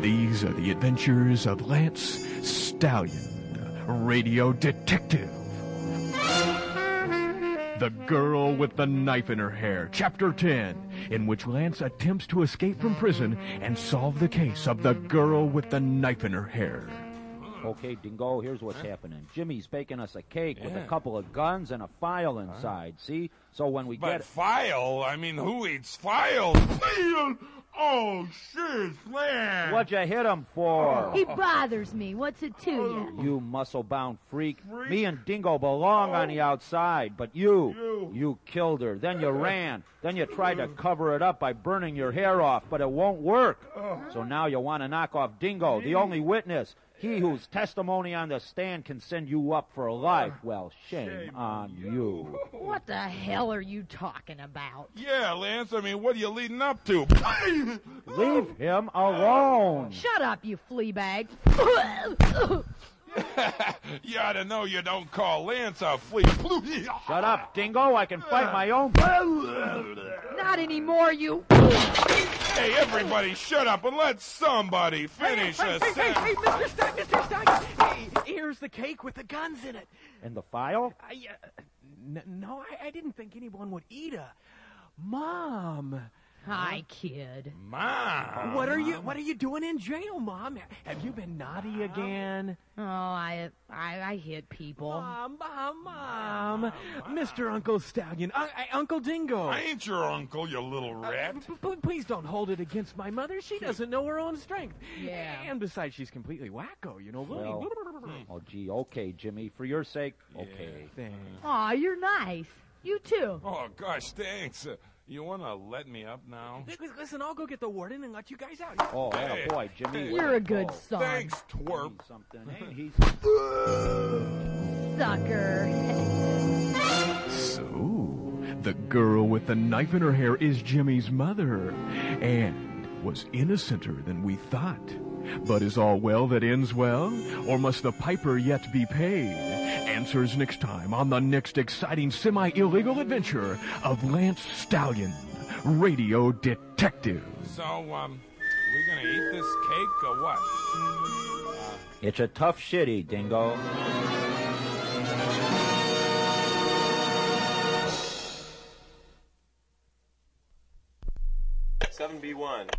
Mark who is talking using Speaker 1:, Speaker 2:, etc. Speaker 1: These are the adventures of Lance Stallion, radio detective. The Girl with the Knife in Her Hair, Chapter 10, in which Lance attempts to escape from prison and solve the case of the girl with the knife in her hair.
Speaker 2: Okay, Dingo, here's what's happening. Jimmy's baking us a cake with a
Speaker 3: Yeah.
Speaker 2: couple of guns and a file inside, see? So when we
Speaker 3: But
Speaker 2: get
Speaker 3: file? I mean, who eats file? File? Oh, shit, man.
Speaker 2: What'd you hit him for?
Speaker 3: Oh.
Speaker 4: He bothers me. What's it to you?
Speaker 2: You muscle bound freak.
Speaker 3: Freak? Oh.
Speaker 2: Me and Dingo belong on the outside, but you,
Speaker 3: You.
Speaker 2: killed her. Then you ran. Then you tried to cover it up by burning your hair off, but it won't work.
Speaker 3: Oh.
Speaker 2: So now you want to knock off Dingo, the only witness. He whose testimony on the stand can send you up for life.
Speaker 3: Ah.
Speaker 2: Well, shame, on you.
Speaker 4: What the hell are you talking about?
Speaker 3: Yeah, Lance, I mean, what are you leading up to?
Speaker 2: Leave him alone.
Speaker 4: Shut up, you flea bag.
Speaker 3: you ought to know you don't call Lance a flea.
Speaker 2: Shut up, Dingo. I can fight my own. bu-
Speaker 4: Not anymore, you.
Speaker 3: Hey, everybody, shut up and let somebody finish
Speaker 5: hey,
Speaker 3: this.
Speaker 5: hey, hey, Mr. Stein, Mr. Stein! Hey, here's the cake with the guns in it.
Speaker 2: In the file?
Speaker 5: I, uh, n- no, I, I didn't think anyone would eat a. Mom,
Speaker 4: Hi, kid.
Speaker 3: Mom.
Speaker 5: what are you? What are you doing in jail, Mom? Have you been naughty again?
Speaker 4: Oh, I, I, I hit people.
Speaker 5: Mom, mom, mom, Mr. Uncle Stallion, uh, uh, Uncle Dingo.
Speaker 3: I ain't your uncle, you little rat.
Speaker 5: P- p- please don't hold it against my mother. She doesn't know her own strength.
Speaker 4: Yeah.
Speaker 5: And besides, she's completely wacko, you know.
Speaker 2: Well, Oh, gee, okay, Jimmy. For your sake, okay.
Speaker 5: Thanks.
Speaker 4: Aw, you're nice. You too.
Speaker 3: Oh, gosh, thanks. Uh, you want to let me up now?
Speaker 5: Li- Listen, I'll go get the warden and let you guys out.
Speaker 2: Oh,
Speaker 3: Hey.
Speaker 2: boy, Jimmy.
Speaker 4: You're a good son.
Speaker 3: Thanks, twerp.
Speaker 2: Something. Ain't he
Speaker 4: Sucker.
Speaker 1: So, the girl with the knife in her hair is Jimmy's mother and was innocenter than we thought. But is all well that ends well? Or must the piper yet be paid? Answers next time on the next exciting semi illegal adventure of Lance Stallion, Radio Detective.
Speaker 3: So, um, we gonna eat this cake or what?
Speaker 2: It's a tough shitty, Dingo.
Speaker 6: Seven B one.